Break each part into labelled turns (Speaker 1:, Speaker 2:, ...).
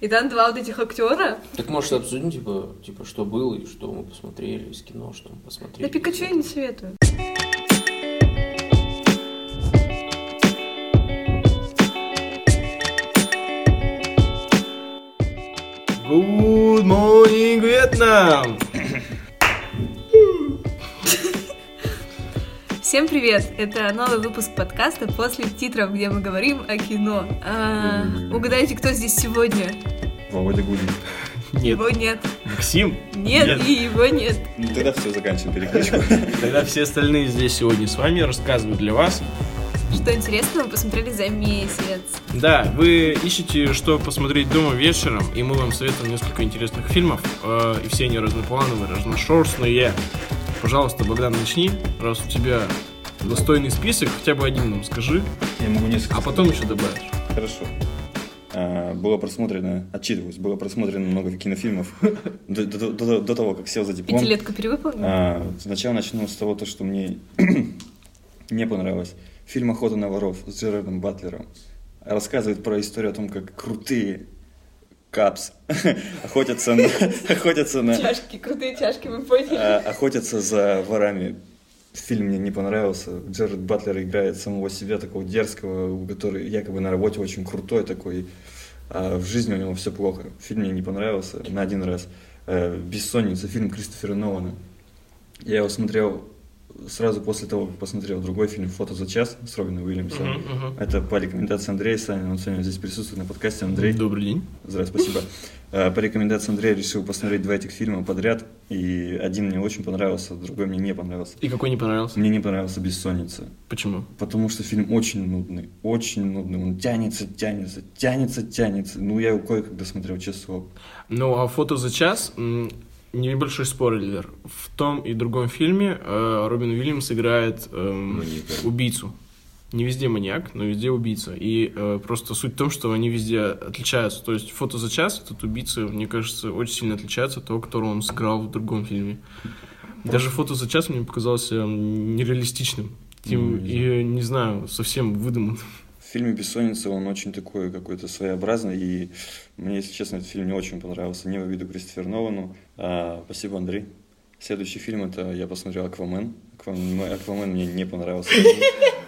Speaker 1: И там два вот этих актера.
Speaker 2: Так может обсудим, типа, типа, что было и что мы посмотрели из кино, что мы посмотрели.
Speaker 1: Да Пикачу я не советую.
Speaker 3: Good morning, Вьетнам!
Speaker 1: Всем привет! Это новый выпуск подкаста после титров, где мы говорим о кино. А, угадайте, кто здесь сегодня?
Speaker 4: Володя Гулин.
Speaker 3: Нет.
Speaker 1: Его нет.
Speaker 3: Максим?
Speaker 1: Нет, и его нет.
Speaker 4: Ну тогда все, заканчиваем перекличку.
Speaker 3: Тогда все остальные здесь сегодня с вами рассказывают для вас.
Speaker 1: Что интересного мы посмотрели за месяц.
Speaker 3: Да, вы ищете, что посмотреть дома вечером, и мы вам советуем несколько интересных фильмов, э, и все они разноплановые, разношерстные. Пожалуйста, Богдан, начни, раз у тебя достойный список, хотя бы один нам скажи,
Speaker 4: Я могу несколько.
Speaker 3: а потом еще добавишь.
Speaker 4: Хорошо. А, Было просмотрено, отчитываюсь, было просмотрено много кинофильмов до, до- до- до того, как сел за диплом.
Speaker 1: Пятилетку перевыполнила?
Speaker 4: А, Сначала начну с того, то, что мне не понравилось. Фильм «Охота на воров» с Джерардом Батлером рассказывает про историю о том, как крутые капс охотятся на, охотятся
Speaker 3: А.
Speaker 4: на,
Speaker 1: Чашки, крутые чашки, вы поняли?
Speaker 4: А, охотятся за ворами. Фильм мне не понравился. Джеред Батлер играет самого себя, такого дерзкого, который якобы на работе очень крутой такой. А в жизни у него все плохо. Фильм мне не понравился на один раз. Э, «Бессонница», фильм Кристофера Нолана. Я его смотрел сразу после того, как посмотрел другой фильм «Фото за час» с Робином Уильямсом. Это по рекомендации Андрея Санина. Он сегодня здесь присутствует на подкасте. Андрей,
Speaker 3: Добрый день.
Speaker 4: Здравствуй, спасибо. Э, По рекомендации Андрея решил посмотреть два этих фильма подряд. И один мне очень понравился, другой мне не понравился.
Speaker 3: И какой не понравился?
Speaker 4: Мне не понравился «Бессонница»,
Speaker 3: Почему?
Speaker 4: потому что фильм очень нудный, очень нудный. Он тянется, тянется, тянется, тянется. Ну, я его кое-когда смотрел, честно слово.
Speaker 3: Ну, а фото за час... м, Небольшой спойлер. В том и другом фильме э, Робин Уильямс играет эм,
Speaker 4: Маньяка.
Speaker 3: убийцу. Не везде маньяк, но везде убийца. И э, просто суть в том, что они везде отличаются. То есть фото за час этот убийца, мне кажется, очень сильно отличается от того, которого он сыграл в другом фильме. Даже фото за час мне показался м, нереалистичным. Тем,
Speaker 4: Ну, не
Speaker 3: и, не знаю, совсем выдуманным.
Speaker 4: В фильме «Бессонница» он очень такой какой-то своеобразный, и мне, если честно, этот фильм не очень понравился. Не в обиду Кристофер Нолану. А, спасибо, Андрей. Следующий фильм это я посмотрел «Аквамен». «Аквамен», «Аквамен» мне не понравился.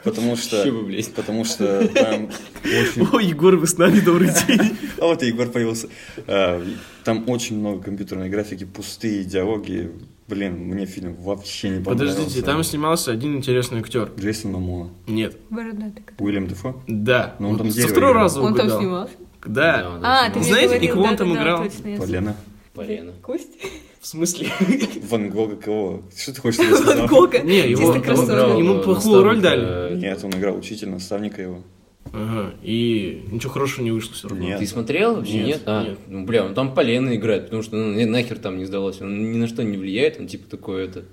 Speaker 4: Потому что,
Speaker 2: Чё вы, блядь?
Speaker 4: потому что там очень...
Speaker 3: О, Егор, вы с нами, добрый день.
Speaker 4: А вот и Егор появился. А, Там очень много компьютерной графики, пустые диалоги. Блин, мне фильм вообще не понравился.
Speaker 3: Подождите, там снимался один интересный актер.
Speaker 4: Джейсон Мамона.
Speaker 3: Нет,
Speaker 1: Бородатый. какой.
Speaker 4: Уильям Дефо?
Speaker 3: Да.
Speaker 4: Но Ну, он там
Speaker 3: со
Speaker 4: дерево
Speaker 3: второго
Speaker 4: играл.
Speaker 3: раза
Speaker 1: Он там
Speaker 3: угадал.
Speaker 1: снимался?
Speaker 3: Да.
Speaker 1: А, ты мне
Speaker 3: Знаете,
Speaker 1: говорил,
Speaker 3: и кого он
Speaker 1: да,
Speaker 3: там
Speaker 1: да,
Speaker 3: играл?
Speaker 1: точно, я
Speaker 4: Полена.
Speaker 2: Полено.
Speaker 1: Кость?
Speaker 3: В смысле?
Speaker 4: Ван Гога кого? Что ты хочешь чтобы я
Speaker 1: Ван
Speaker 4: сказал?
Speaker 1: Гога.
Speaker 3: Не, его-
Speaker 1: Чисто
Speaker 3: его
Speaker 1: кроссовер.
Speaker 3: играл. Ему
Speaker 2: Э,
Speaker 3: плохую роль дали.
Speaker 4: Нет, он играл учителя, наставника его.
Speaker 3: Ага. И ничего хорошего не вышло все равно.
Speaker 4: Нет.
Speaker 2: Ты смотрел вообще?
Speaker 3: Нет,
Speaker 2: Нет. А,
Speaker 3: нет.
Speaker 2: ну бля, он там полено играет, потому что ну, нахер там не сдалось. Он ни на что не влияет, он типа такой это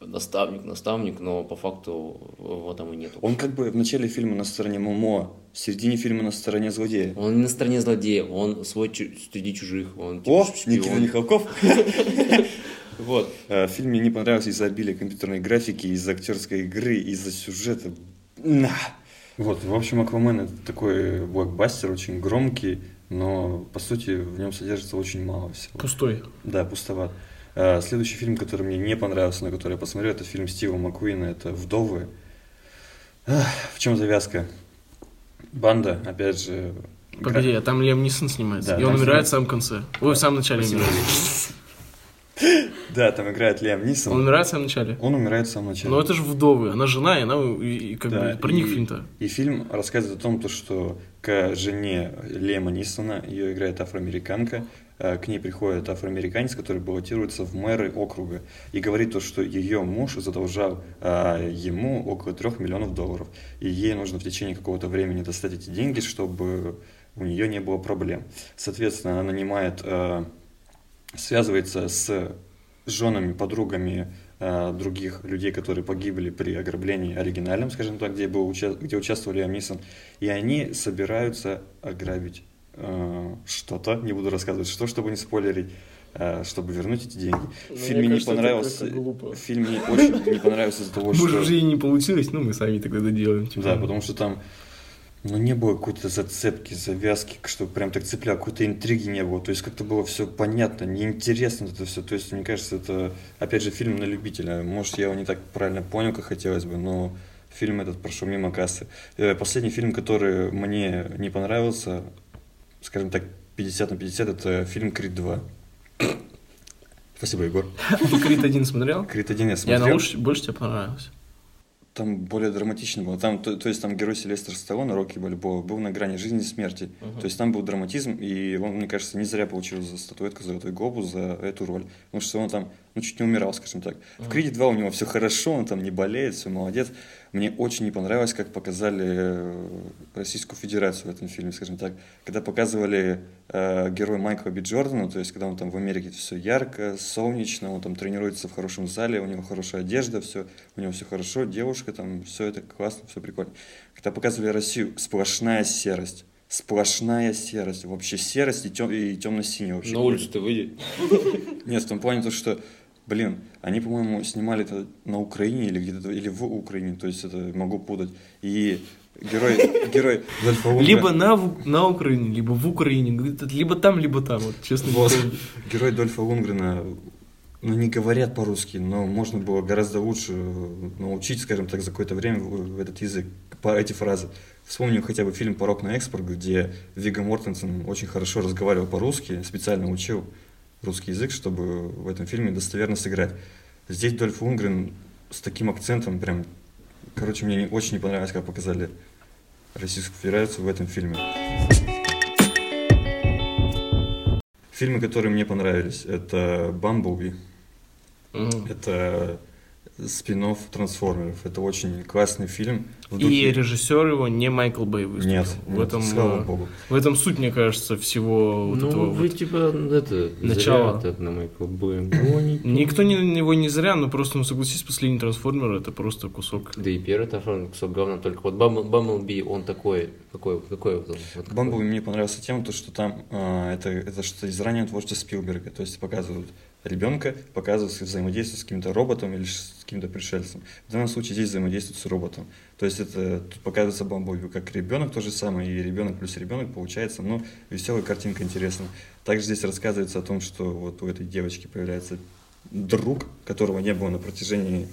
Speaker 2: наставник, наставник, но по факту его там и нет.
Speaker 4: Он как бы в начале фильма на стороне Момо, в середине фильма на стороне злодея.
Speaker 2: Он не на стороне злодеев, он свой чу- среди чужих, он типа,
Speaker 4: О,
Speaker 2: шпион.
Speaker 4: Никита Михалков. Вот. Э, Фильм мне не понравился из-за обилия компьютерной графики, из-за актерской игры, из-за сюжета. На! Вот, в общем, Аквамен это такой блокбастер, очень громкий, но по сути в нем содержится очень мало всего.
Speaker 3: Пустой.
Speaker 4: Да, пустоват. А, Следующий фильм, который мне не понравился, на который я посмотрел, это фильм Стива Маккуина, это «Вдовы». Ах, в чем завязка? Банда, опять же... гра-
Speaker 3: Погоди, а там Лем Нисон снимается.
Speaker 4: Да,
Speaker 3: и он
Speaker 4: там
Speaker 3: умирает в самом конце. Ой, в самом начале умирает.
Speaker 4: Да, там играет Лиам Нисон.
Speaker 3: Он
Speaker 4: Он,
Speaker 3: умирает в самом начале.
Speaker 4: умирает в самом начале.
Speaker 3: Но это же вдовы. Она жена, и она и- и как
Speaker 4: Да,
Speaker 3: бы про них
Speaker 4: и-
Speaker 3: фильм-то.
Speaker 4: И фильм рассказывает о том, то, что к жене Лема Нисона, ее играет афроамериканка, э, к ней приходит афроамериканец, который баллотируется в мэры округа и говорит то, что ее муж задолжал э, ему около трех миллионов долларов, и ей нужно в течение какого-то времени достать эти деньги, чтобы у нее не было проблем. Соответственно, она нанимает, э, связывается с женами, подругами э, других людей, которые погибли при ограблении оригинальном, скажем так, где, был уча- где участвовал Лиам Нисон, и они собираются ограбить э, что-то, не буду рассказывать что, чтобы не спойлерить, э, чтобы вернуть эти деньги.
Speaker 3: Ну,
Speaker 4: фильм
Speaker 3: мне
Speaker 4: мне не
Speaker 3: кажется, это
Speaker 4: понравился,
Speaker 3: как-то глупо.
Speaker 4: фильм мне очень не понравился из-за того,
Speaker 3: Боже,
Speaker 4: что...
Speaker 3: уже и не получилось, ну мы сами тогда доделаем. типа.
Speaker 4: Да, потому что там Но не было какой-то зацепки, завязки, что прям так цепляло, какой-то интриги не было. То есть как-то было все понятно, неинтересно это все. То есть, мне кажется, это, опять же, фильм на любителя. Может, я его не так правильно понял, как хотелось бы, но фильм этот прошел мимо кассы. Э, Последний фильм, который мне не понравился, скажем так, 50 на 50, это фильм «Крид 2». Спасибо, Егор.
Speaker 3: Ты Крит один смотрел?
Speaker 4: «Крид 1» я
Speaker 3: Я
Speaker 4: смотрел.
Speaker 3: на лучше, больше тебе понравилось.
Speaker 4: Там более драматично было. Там, то, то есть там герой Сильвестр Сталлоне, Рокки Бальбоа, был на грани жизни и смерти. То есть там был драматизм, и он, мне кажется, не зря получил за статуэтку «Золотой глобус» за эту роль. Потому что он там, ну, чуть не умирал, скажем так. В «Криде 2» у него все хорошо, он там не болеет, все молодец. Мне очень не понравилось, как показали э, Российскую Федерацию в этом фильме, скажем так. Когда показывали э, героя Майкла Би Джордана, то есть когда он там в Америке все ярко, солнечно, он там тренируется в хорошем зале, у него хорошая одежда, все, у него все хорошо, девушка там, все это классно, все прикольно. Когда показывали Россию, сплошная серость. Сплошная серость, вообще серость и, тем, и темно-синий вообще.
Speaker 2: На улицу ты выйди.
Speaker 4: Нет, в том плане то, что, блин, они, по-моему, снимали это на Украине или где-то, или в Украине, то есть это могу путать. И герой, герой Дольфа Лундгрена-
Speaker 3: Либо на, в- на Украине, либо в Украине. Где-то Либо там, либо там, вот честно.
Speaker 4: Вот.
Speaker 3: не помню.
Speaker 4: Герой Дольфа Лунгрена, ну, не говорят по-русски, но можно было гораздо лучше э, научить, скажем так, за какое-то время в- в этот язык, по- эти фразы. Вспомню хотя бы фильм «Порог на экспорт», где Вига Мортенсен очень хорошо разговаривал по-русски, специально учил русский язык, чтобы в этом фильме достоверно сыграть. Здесь Дольф Лунгрен с таким акцентом прям... Короче, мне не- очень не понравилось, как показали Российскую Федерацию в этом фильме. Фильмы, которые мне понравились, это «Бамблби»,
Speaker 3: Мгм.
Speaker 4: это спин «Трансформеров». Это очень классный фильм. в
Speaker 3: И
Speaker 4: духе-
Speaker 3: режиссер его не Майкл Бэй выступил.
Speaker 4: Нет,
Speaker 3: в этом,
Speaker 4: слава
Speaker 3: э,
Speaker 4: богу.
Speaker 3: В этом суть, мне кажется, всего вот этого
Speaker 2: Ну, вы
Speaker 3: вот.
Speaker 2: типа, это,
Speaker 3: Начало.
Speaker 2: зря так на Майкл Бэя гоните.
Speaker 3: Никто не, на него не зря, но просто, ну согласись, последний трансформер это просто кусок.
Speaker 2: Да и первый трансформер кусок говна, только вот Бамбл- Бамблби, он такой, какой, какой вот он? Вот какой?
Speaker 4: Бамблби мне понравился тем, то, что там а, это, это что-то из раннего творчества Спилберга. То есть показывают ребенка, показывают взаимодействие с каким-то роботом или с каким-то пришельцем. В данном случае здесь взаимодействует с роботом. То есть это тут показывается Бамблби как ребенок то же самое, и ребенок плюс ребенок получается, ну, веселая картинка интересная. Также здесь рассказывается о том, что вот у этой девочки появляется друг, которого не было на протяжении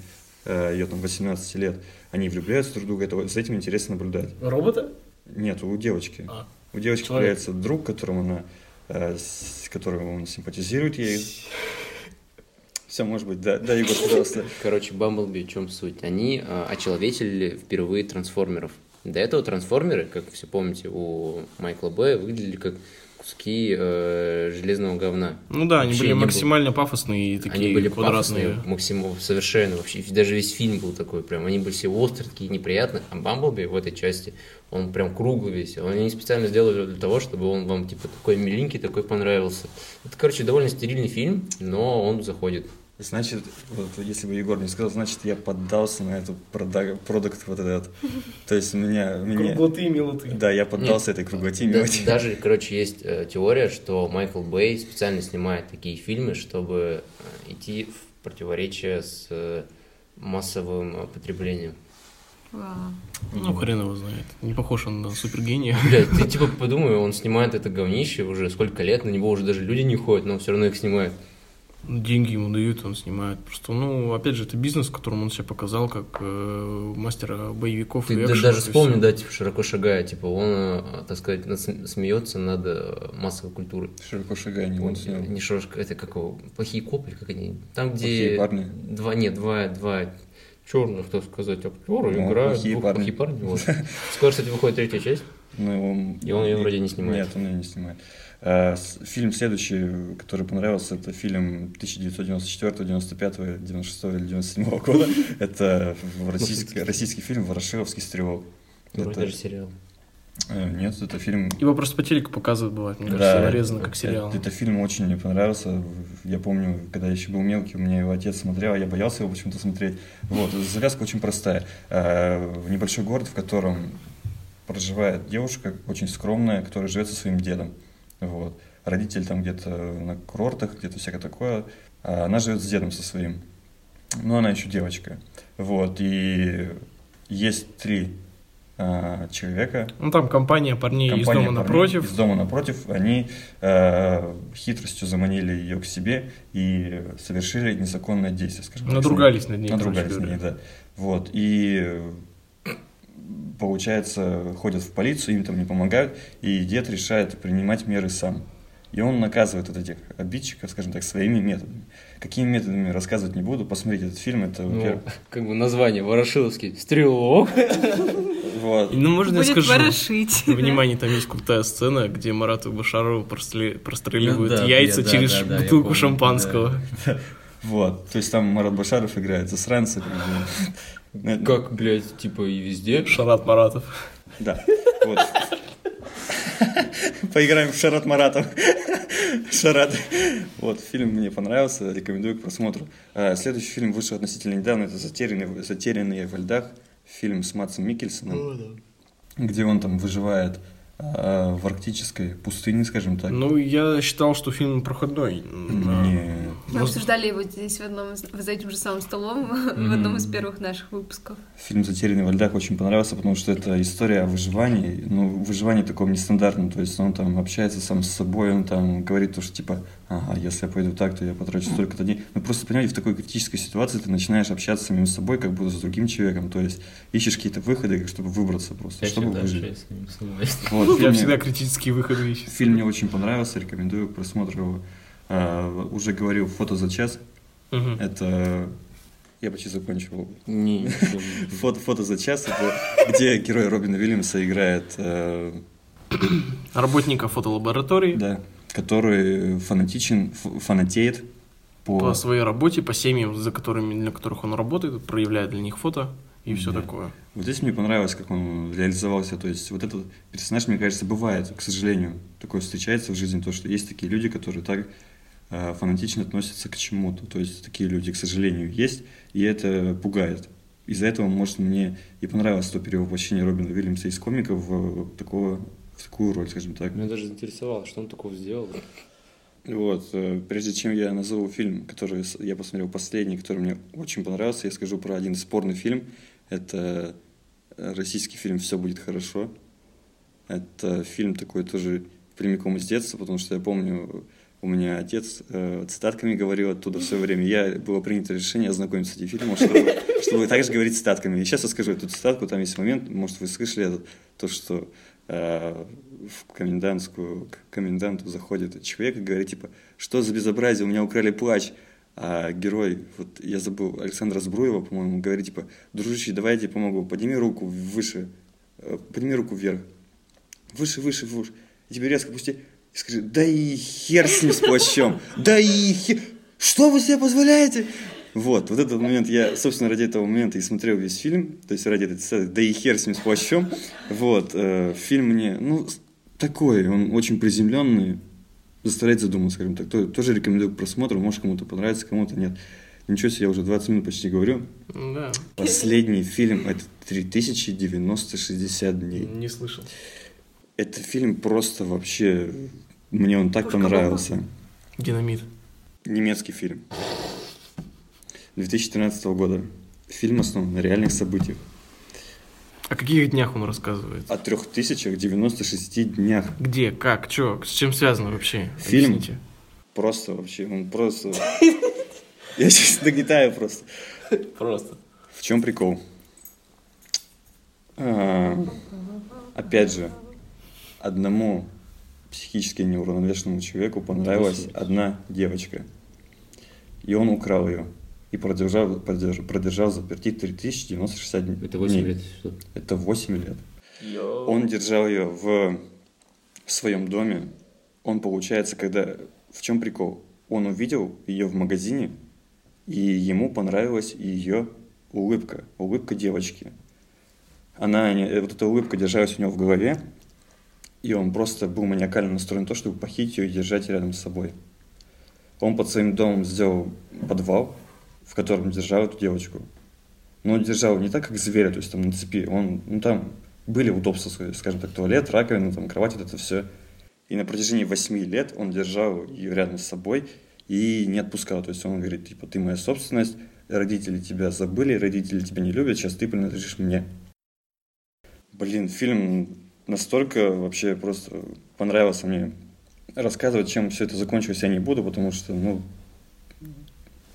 Speaker 4: э, ее там 18 лет. Они влюбляются друг в друга, это, вот- за этим интересно наблюдать.
Speaker 3: Робота?
Speaker 4: Нет, у девочки.
Speaker 3: А.
Speaker 4: У девочки
Speaker 3: Человек.
Speaker 4: появляется друг, которому она, э, с которым он симпатизирует ей. Все, может быть, да, да, Егор, пожалуйста.
Speaker 2: Короче, Бамблби, в чем суть? Они а, очеловечили впервые трансформеров. До этого трансформеры, как все помните, у Майкла Бэя выглядели как куски э, железного говна.
Speaker 3: Ну да, они
Speaker 2: Вообще
Speaker 3: были
Speaker 2: не было.
Speaker 3: максимально пафосные и такие
Speaker 2: они были
Speaker 3: квадратные.
Speaker 2: пафосные, максимум, совершенно вообще. И Даже весь фильм был такой прям. Они были все острые, такие неприятные. А Бамблби в этой части, он прям круглый весь. Они специально сделали его для того, чтобы он вам типа такой миленький, такой понравился. Это, короче, довольно стерильный фильм, но он заходит.
Speaker 4: Значит, вот если бы Егор не сказал, значит, я поддался на эту прода- продукт вот этот. То есть меня... меня...
Speaker 3: Круглоты и милоты.
Speaker 4: Да, я поддался этой круглоте.
Speaker 2: Да-
Speaker 4: милоте.
Speaker 2: даже, короче, есть э, теория, что Майкл Бэй специально снимает такие фильмы, чтобы э, идти в противоречие с э, массовым э, потреблением.
Speaker 1: Вау.
Speaker 3: Ну, хрен его знает. Не похож он на супергения.
Speaker 2: Блядь, ты типа подумай, он снимает это говнище уже сколько лет, на него уже даже люди не ходят, но он все равно их снимает.
Speaker 3: Деньги ему дают, он снимает. Просто, ну, опять же, это бизнес, которым он себя показал как э, мастера
Speaker 4: Ну,
Speaker 3: боевиков
Speaker 2: Ты
Speaker 3: и
Speaker 2: да-
Speaker 3: экшенов,
Speaker 2: даже
Speaker 3: и
Speaker 2: вспомни,
Speaker 3: всего.
Speaker 2: да, типа, широко шагая, типа, он, э, так сказать, нас- смеется над э, массовой культурой.
Speaker 4: Широко шагая, не он
Speaker 2: Он,
Speaker 4: снял.
Speaker 2: не широко, это как его, плохие копли, как они, там, где...
Speaker 4: Плохие парни.
Speaker 2: Два, нет, два, два черных, так сказать, актера
Speaker 4: Ну,
Speaker 2: играют.
Speaker 4: «Плохие
Speaker 2: двух
Speaker 4: парни».
Speaker 2: плохие парни. вот. Скоро, кстати, выходит третья часть.
Speaker 4: Ну, он...
Speaker 2: И он её вроде не снимает.
Speaker 4: Нет, он ее не снимает. А, с- Фильм следующий, который понравился, это фильм 1994, 95, 96 или 97 года. Это в- российский, российский фильм «Ворошиловский стрелок».
Speaker 2: Вроде
Speaker 4: Это,
Speaker 2: даже сериал.
Speaker 4: э, нет, это фильм...
Speaker 3: Его просто по телеку показывают, бывает, мне
Speaker 4: Да,
Speaker 3: кажется,
Speaker 4: это-
Speaker 3: нарезано как сериал.
Speaker 4: Это, это Э, фильм очень мне понравился. Я помню, когда я еще был мелкий, у меня его отец смотрел, а я боялся его почему-то смотреть. Вот, завязка очень простая. Э, В небольшой город, в котором проживает девушка, очень скромная, которая живет со своим дедом. Вот. Родители там где-то на курортах, где-то всякое такое. А она живет с дедом со своим. Но она еще девочка. Вот. И есть три э, э, человека,
Speaker 3: Ну, там компания парней из
Speaker 4: компания
Speaker 3: дома
Speaker 4: парней
Speaker 3: напротив.
Speaker 4: из дома напротив, они э, хитростью заманили ее к себе и совершили незаконное действие, скажем так, с ней.
Speaker 3: Надругались над ней, короче
Speaker 4: Надругались над
Speaker 3: говоря.
Speaker 4: ней, да. Вот, и э, получается, ходят в полицию, им там не помогают, и дед решает принимать меры сам. И он наказывает вот этих обидчиков, скажем так, своими методами. Какими методами рассказывать не буду, посмотрите этот фильм, это,
Speaker 2: Ну,
Speaker 4: во-первых,
Speaker 2: как бы название Ворошиловский. Стрелок.
Speaker 4: вот.
Speaker 3: Ну, можно я
Speaker 1: Будет
Speaker 3: скажу?
Speaker 1: ворошить.
Speaker 3: Внимание, там есть крутая сцена, где Марату Башарову прострели- простреливают
Speaker 2: Ну да,
Speaker 3: яйца
Speaker 2: я- да,
Speaker 3: через
Speaker 2: да, да, я
Speaker 3: бутылку
Speaker 2: помню,
Speaker 3: шампанского.
Speaker 4: Вот, то есть там Марат Башаров играет засранца. как бы. Ну, это-
Speaker 2: Как, блядь, типа и везде.
Speaker 3: Шарат Маратов.
Speaker 4: Да. Вот. Поиграем в Шарат Маратов. Шарат. Вот, фильм мне понравился, рекомендую к просмотру. А, Следующий фильм вышел относительно недавно, это «Затерянные, «Затерянные во льдах», фильм с Матсом Микельсоном, где он там выживает а, в арктической пустыне, скажем так.
Speaker 3: Ну, я считал, что фильм проходной.
Speaker 4: Не,
Speaker 1: Мы обсуждали его здесь в одном из- за этим же самым столом в одном из первых наших выпусков.
Speaker 4: Фильм «Затерянный во льдах» очень понравился, потому что это история о выживании, ну, выживании таком нестандартном, то есть он там общается сам с собой, он там говорит то, что типа, ага, если я пойду так, то я потрачу
Speaker 2: Хм.
Speaker 4: столько-то дней. Ну, просто, понимаете, в такой критической ситуации ты начинаешь общаться с самим собой, как будто с другим человеком, то есть ищешь какие-то выходы, как чтобы выбраться просто,
Speaker 2: Я
Speaker 4: чтобы
Speaker 2: всегда
Speaker 4: выжить.
Speaker 2: с ним согласен.
Speaker 4: Вот, фильм
Speaker 3: Я
Speaker 4: мне-
Speaker 3: всегда критические выходы ищу.
Speaker 4: Фильм мне очень понравился, рекомендую к просмотру его. А, уже говорил, фото за час,
Speaker 3: Мгм.
Speaker 4: это... Я почти закончил
Speaker 2: Не,
Speaker 4: Фото, фото за час, это где герой Робина Вильямса играет, э,
Speaker 3: Работника фотолаборатории
Speaker 4: да, который фанатичен, ф- фанатеет по...
Speaker 3: по своей работе, по семьям, за которыми, для которых он работает, проявляет для них фото и все
Speaker 4: Да.
Speaker 3: такое.
Speaker 4: Вот здесь мне понравилось, как он реализовался, то есть вот этот персонаж, мне кажется, бывает, к сожалению, такое встречается в жизни, то, что есть такие люди, которые так э, фанатично относятся к чему-то, то есть такие люди, к сожалению, есть, и это пугает. Из-за этого, может, мне и понравилось то перевоплощение Робина Вильямса из комика в, э, такого, в такую роль, скажем так.
Speaker 2: Меня даже заинтересовало, что он такого сделал.
Speaker 4: Вот, э, прежде чем я назову фильм, который с- я посмотрел последний, который мне очень понравился, я скажу про один спорный фильм. Это э, российский фильм «Все будет хорошо». Это фильм такой тоже прямиком из детства, потому что я помню, у меня отец э, цитатками говорил оттуда все время. Я было принято решение ознакомиться с этим фильмом, чтобы, чтобы также говорить цитатками. И сейчас я скажу эту цитатку, там есть момент, может, вы слышали этот, то, что э, в комендантскую, к коменданту заходит человек и говорит, типа, что за безобразие, у меня украли плач. А герой, вот я забыл, Александра Збруева, по-моему, говорит, типа, дружище, давай я тебе помогу, подними руку выше, э, подними руку вверх. Выше, выше, выше. И тебе резко пусти. И скажи, да и хер с ним с плащом. Да и хер. Что вы себе позволяете? Вот, вот этот момент, я, собственно, ради этого момента и смотрел весь фильм, то есть ради этой цитаты, да и хер с ним с плащом, вот, э, фильм мне, ну, с- такой, он очень приземленный, заставляет задуматься, скажем так, То- тоже рекомендую к просмотру, может, кому-то понравится, кому-то нет. Ничего себе, я уже 20 минут почти говорю.
Speaker 3: Да,
Speaker 4: Последний фильм — это 3090 дней.
Speaker 3: не слышал.
Speaker 4: Это фильм просто вообще... Мне он так
Speaker 1: Пушка
Speaker 4: понравился.
Speaker 3: Динамит.
Speaker 4: Немецкий фильм. 2013 года. Фильм основан на реальных событиях.
Speaker 3: О каких днях он рассказывает?
Speaker 4: О 3096 днях.
Speaker 3: Где, как, чё, с чем связано вообще?
Speaker 4: Фильм.
Speaker 3: Объясните.
Speaker 4: Просто вообще, он просто... Я сейчас нагнетаю просто.
Speaker 2: Просто.
Speaker 4: В чем прикол? А, Опять же, одному психически неуравновешенному человеку понравилась одна девочка. И он украл ее. И продержал, продержал, продержал заперти 3096 дней.
Speaker 2: Это 8 лет. что?
Speaker 4: Это 8 лет. Он держал ее в, в своем доме. Он, получается, когда... В чем прикол? Он увидел ее в магазине, и ему понравилась ее улыбка. Улыбка девочки. Она, не- э, вот эта улыбка держалась у него в голове, и он просто был маниакально настроен на то, чтобы похитить ее и держать рядом с собой. Он под своим домом сделал подвал, в котором держал эту девочку. Но Ну, он держал не так, как зверя, то есть там на цепи. Он, ну там были удобства, свои, скажем так, туалет, раковина, там кровать, вот это все. И на протяжении восьми лет он держал ее рядом с собой и не отпускал. То есть он говорит, типа, ты моя собственность, родители тебя забыли, родители тебя не любят, сейчас ты принадлежишь мне. Блин, фильм настолько вообще просто понравился мне. Рассказывать, чем все это закончилось, я не буду, потому что, ну,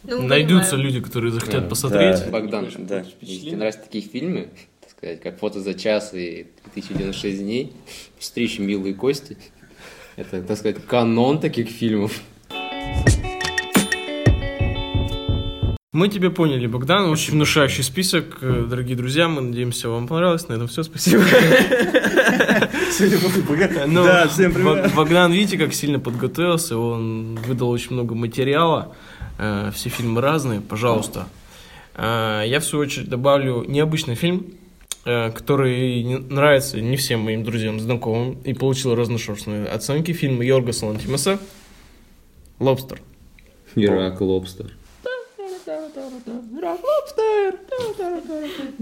Speaker 1: Ну,
Speaker 3: Найдутся
Speaker 1: понимаю.
Speaker 3: люди, которые захотят
Speaker 2: Э, Да.
Speaker 3: посмотреть.
Speaker 4: Да.
Speaker 2: Богдан,
Speaker 4: Да.
Speaker 2: если тебе нравятся такие фильмы, так сказать, как «Фото за час» и «1096 дней», «Встречи милые кости», это, так сказать, канон таких фильмов.
Speaker 3: Мы тебя поняли, Богдан. Очень внушающий список. Э, Дорогие друзья, мы надеемся, вам понравилось. На этом все. Спасибо. Ну,
Speaker 4: Да, всем привет.
Speaker 3: Бог- Богдан, видите, как сильно подготовился. Он выдал очень много материала. Э, Все фильмы разные. Пожалуйста. Э, Я, в свою очередь, добавлю необычный фильм, э, который не- нравится не всем моим друзьям, знакомым, и получил разношерстные оценки. Фильм Йоргаса Лантимаса «Лобстер».
Speaker 2: Ирак Лобстер.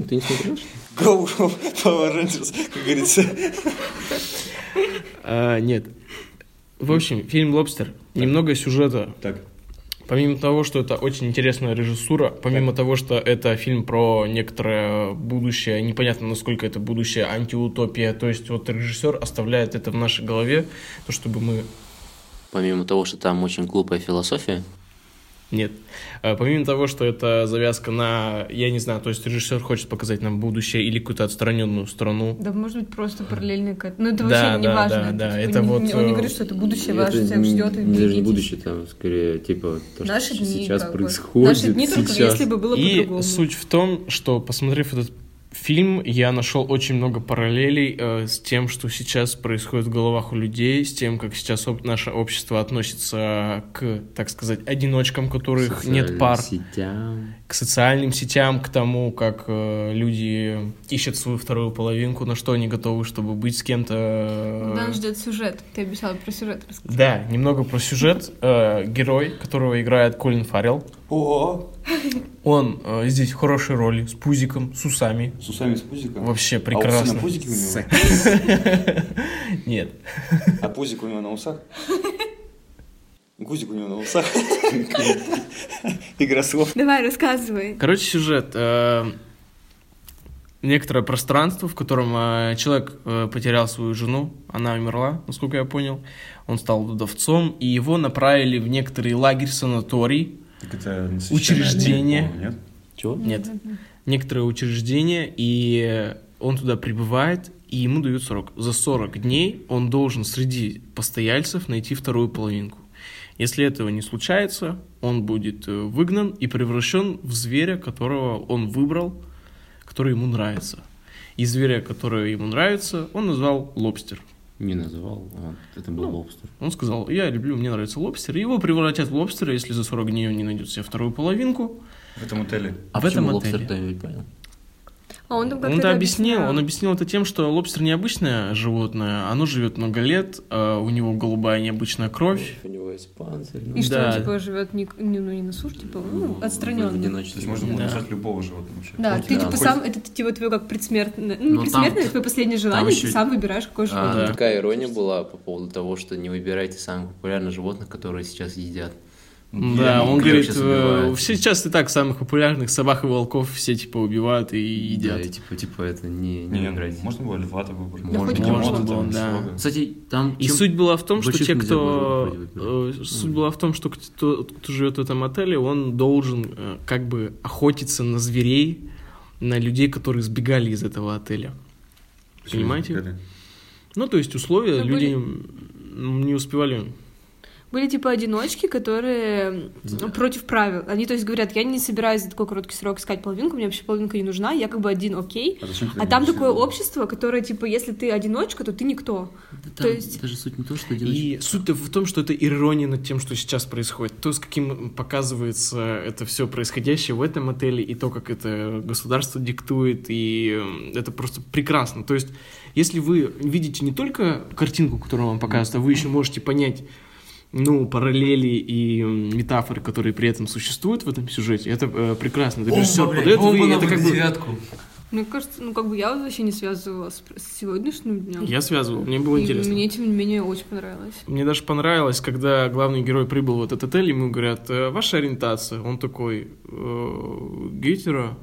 Speaker 2: Ты не смотрел? что ли?
Speaker 4: Go, go, Power Rangers, как говорится.
Speaker 3: А, нет. В общем, фильм «Лобстер». Немного сюжета.
Speaker 4: Так.
Speaker 3: Помимо того, что это очень интересная режиссура, помимо того, что это фильм про некоторое будущее, непонятно, насколько это будущее, антиутопия, то есть вот режиссер оставляет это в нашей голове, то чтобы мы...
Speaker 2: Помимо того, что там очень глупая философия,
Speaker 3: Нет. А, Помимо того, что это завязка на, я не знаю, то есть режиссер хочет показать нам будущее или какую-то отстраненную страну.
Speaker 1: Да, может быть, просто параллельно к этому. Ну, это
Speaker 3: Да,
Speaker 1: вообще не
Speaker 3: да,
Speaker 1: важно.
Speaker 3: да, да,
Speaker 1: типа,
Speaker 3: это
Speaker 1: не-
Speaker 3: вот,
Speaker 1: не- Он не
Speaker 3: э,
Speaker 1: говорит, что это будущее
Speaker 2: Это
Speaker 1: вас всем
Speaker 2: не-
Speaker 1: ждет. и
Speaker 2: Даже не
Speaker 1: берегитесь.
Speaker 2: будущее, там скорее, типа, то,
Speaker 1: Наши
Speaker 2: что
Speaker 1: дни,
Speaker 2: сейчас
Speaker 1: как бы.
Speaker 2: происходит.
Speaker 1: Наши дни только
Speaker 2: сейчас.
Speaker 1: если бы было
Speaker 3: И
Speaker 1: по-другому.
Speaker 3: суть в том, что посмотрев этот фильм, я нашел очень много параллелей э, с тем, что сейчас происходит в головах у людей, с тем, как сейчас об- наше общество относится к, так сказать, одиночкам, которых нет
Speaker 2: Социальным
Speaker 3: пар,
Speaker 2: сетям.
Speaker 3: к социальным сетям, к тому, как э, люди ищут свою вторую половинку, на что они готовы, чтобы быть с кем-то. э,
Speaker 1: Да, нас ждет сюжет. Ты обещала про сюжет рассказать.
Speaker 3: да, немного про сюжет. Э, герой, которого играет Колин Фаррелл,
Speaker 4: О,
Speaker 3: он э, здесь в хорошей роли, с пузиком, с усами,
Speaker 4: с усами с пузиком.
Speaker 3: Вообще
Speaker 4: А усы
Speaker 3: прекрасно.
Speaker 4: на пузике у него?
Speaker 3: Нет.
Speaker 4: А пузик у него на усах? Гузик у него на усах. Игра слов.
Speaker 1: Давай, рассказывай.
Speaker 3: Короче, сюжет. э, Некоторое пространство, в котором э, человек э, потерял свою жену, она умерла, насколько я понял. Он стал вдовцом, и его направили в некоторый лагерь санаторий,
Speaker 4: Так это
Speaker 3: Учреждение.
Speaker 4: Нет?
Speaker 2: Чего?
Speaker 3: Нет. некоторое учреждение, и он туда прибывает, и ему дают срок. За 40 дней он должен среди постояльцев найти вторую половинку. Если этого не случается, он будет э, выгнан и превращен в зверя, которого он выбрал, который ему нравится. И зверя, который ему нравится, он назвал лобстер.
Speaker 2: Не называл. а, Это был лобстер.
Speaker 3: Он сказал, я люблю, мне нравится лобстер. И его превратят в лобстера, если за 40 дней он не найдет себе вторую половинку.
Speaker 4: В этом отеле.
Speaker 3: А в этом
Speaker 2: почему
Speaker 3: отеле?
Speaker 2: лобстер-то я не понял?
Speaker 1: А он там как-то
Speaker 3: Он это
Speaker 1: это
Speaker 3: объяснил. Он объяснил это тем, что лобстер необычное животное, оно живет много лет, э, у него голубая необычная кровь.
Speaker 2: У него есть панцирь. ну,
Speaker 1: И что,
Speaker 3: Да.
Speaker 1: он, типа, живет не, не- ну, не на суше, типа, ну,
Speaker 2: В
Speaker 1: отстраненно.
Speaker 4: То
Speaker 2: одиночестве.
Speaker 4: есть можно было
Speaker 3: Да.
Speaker 4: написать любого животного вообще.
Speaker 1: Да,
Speaker 2: Вот
Speaker 1: ты,
Speaker 2: да.
Speaker 1: типа, сам, это, типа, твое как предсмертное, ну,
Speaker 5: Но
Speaker 1: не предсмертное,
Speaker 5: там-
Speaker 1: твое последнее желание,
Speaker 5: еще-
Speaker 1: ты сам выбираешь, какое
Speaker 2: А,
Speaker 1: животное.
Speaker 2: Такая ирония была по поводу того, что не выбирайте самых популярных животных, которые сейчас едят.
Speaker 3: Да, он
Speaker 2: Кролик
Speaker 3: говорит,
Speaker 2: сейчас
Speaker 3: э,
Speaker 2: убивают.
Speaker 3: все сейчас и так самых популярных собак и волков все типа убивают и едят. ну,
Speaker 2: Да, и типа, типа это не, не
Speaker 4: Не,
Speaker 2: выбирайте.
Speaker 4: можно было льва-то выбрать.
Speaker 2: Да хоть
Speaker 4: Бегемота,
Speaker 3: можно было,
Speaker 4: там,
Speaker 3: да.
Speaker 4: слога.
Speaker 2: Кстати, там...
Speaker 3: И
Speaker 2: чем-
Speaker 3: суть была в том, что
Speaker 2: Больших
Speaker 3: те,
Speaker 2: нельзя было
Speaker 3: кто...
Speaker 2: вроде бы
Speaker 3: э, Суть была в том, что кто, кто живет в этом отеле, он должен э, как бы охотиться на зверей, на людей, которые сбегали из этого отеля.
Speaker 4: Почему
Speaker 3: Понимаете?
Speaker 4: сбегали?
Speaker 3: Ну, то есть условия
Speaker 1: Ну,
Speaker 3: люди м, не успевали.
Speaker 1: Были типа одиночки, которые м, против правил. Они, то есть, говорят, я не собираюсь за такой короткий срок искать половинку, мне вообще половинка не нужна, я как бы один, окей.
Speaker 4: А, зачем ты
Speaker 1: А там
Speaker 4: не
Speaker 1: такое
Speaker 4: сбегал?
Speaker 1: общество, которое, типа, если ты одиночка, то ты никто.
Speaker 2: Да
Speaker 1: то
Speaker 2: там
Speaker 1: есть-
Speaker 2: даже суть не то, что одиночество.
Speaker 3: И суть в том, что это ирония над тем, что сейчас происходит. То, с каким показывается это все происходящее в этом отеле, и то, как это государство диктует, и м, это просто прекрасно. То есть, если вы видите не только картинку, которую вам показывают, а вы еще можете понять, ну, параллели и м, метафоры, которые при этом существуют в этом сюжете, это э, прекрасно. Это режиссер подает, вы- это как бы-
Speaker 1: Мне кажется, ну, как бы я вот вообще не связывала с, с сегодняшним днем.
Speaker 3: Я связывал, мне было
Speaker 1: И
Speaker 3: интересно.
Speaker 1: Мне, тем не менее, очень понравилось.
Speaker 3: Мне даже понравилось, когда главный герой прибыл в этот отель, ему говорят, «Э, ваша ориентация. Он такой, «Э, гетера.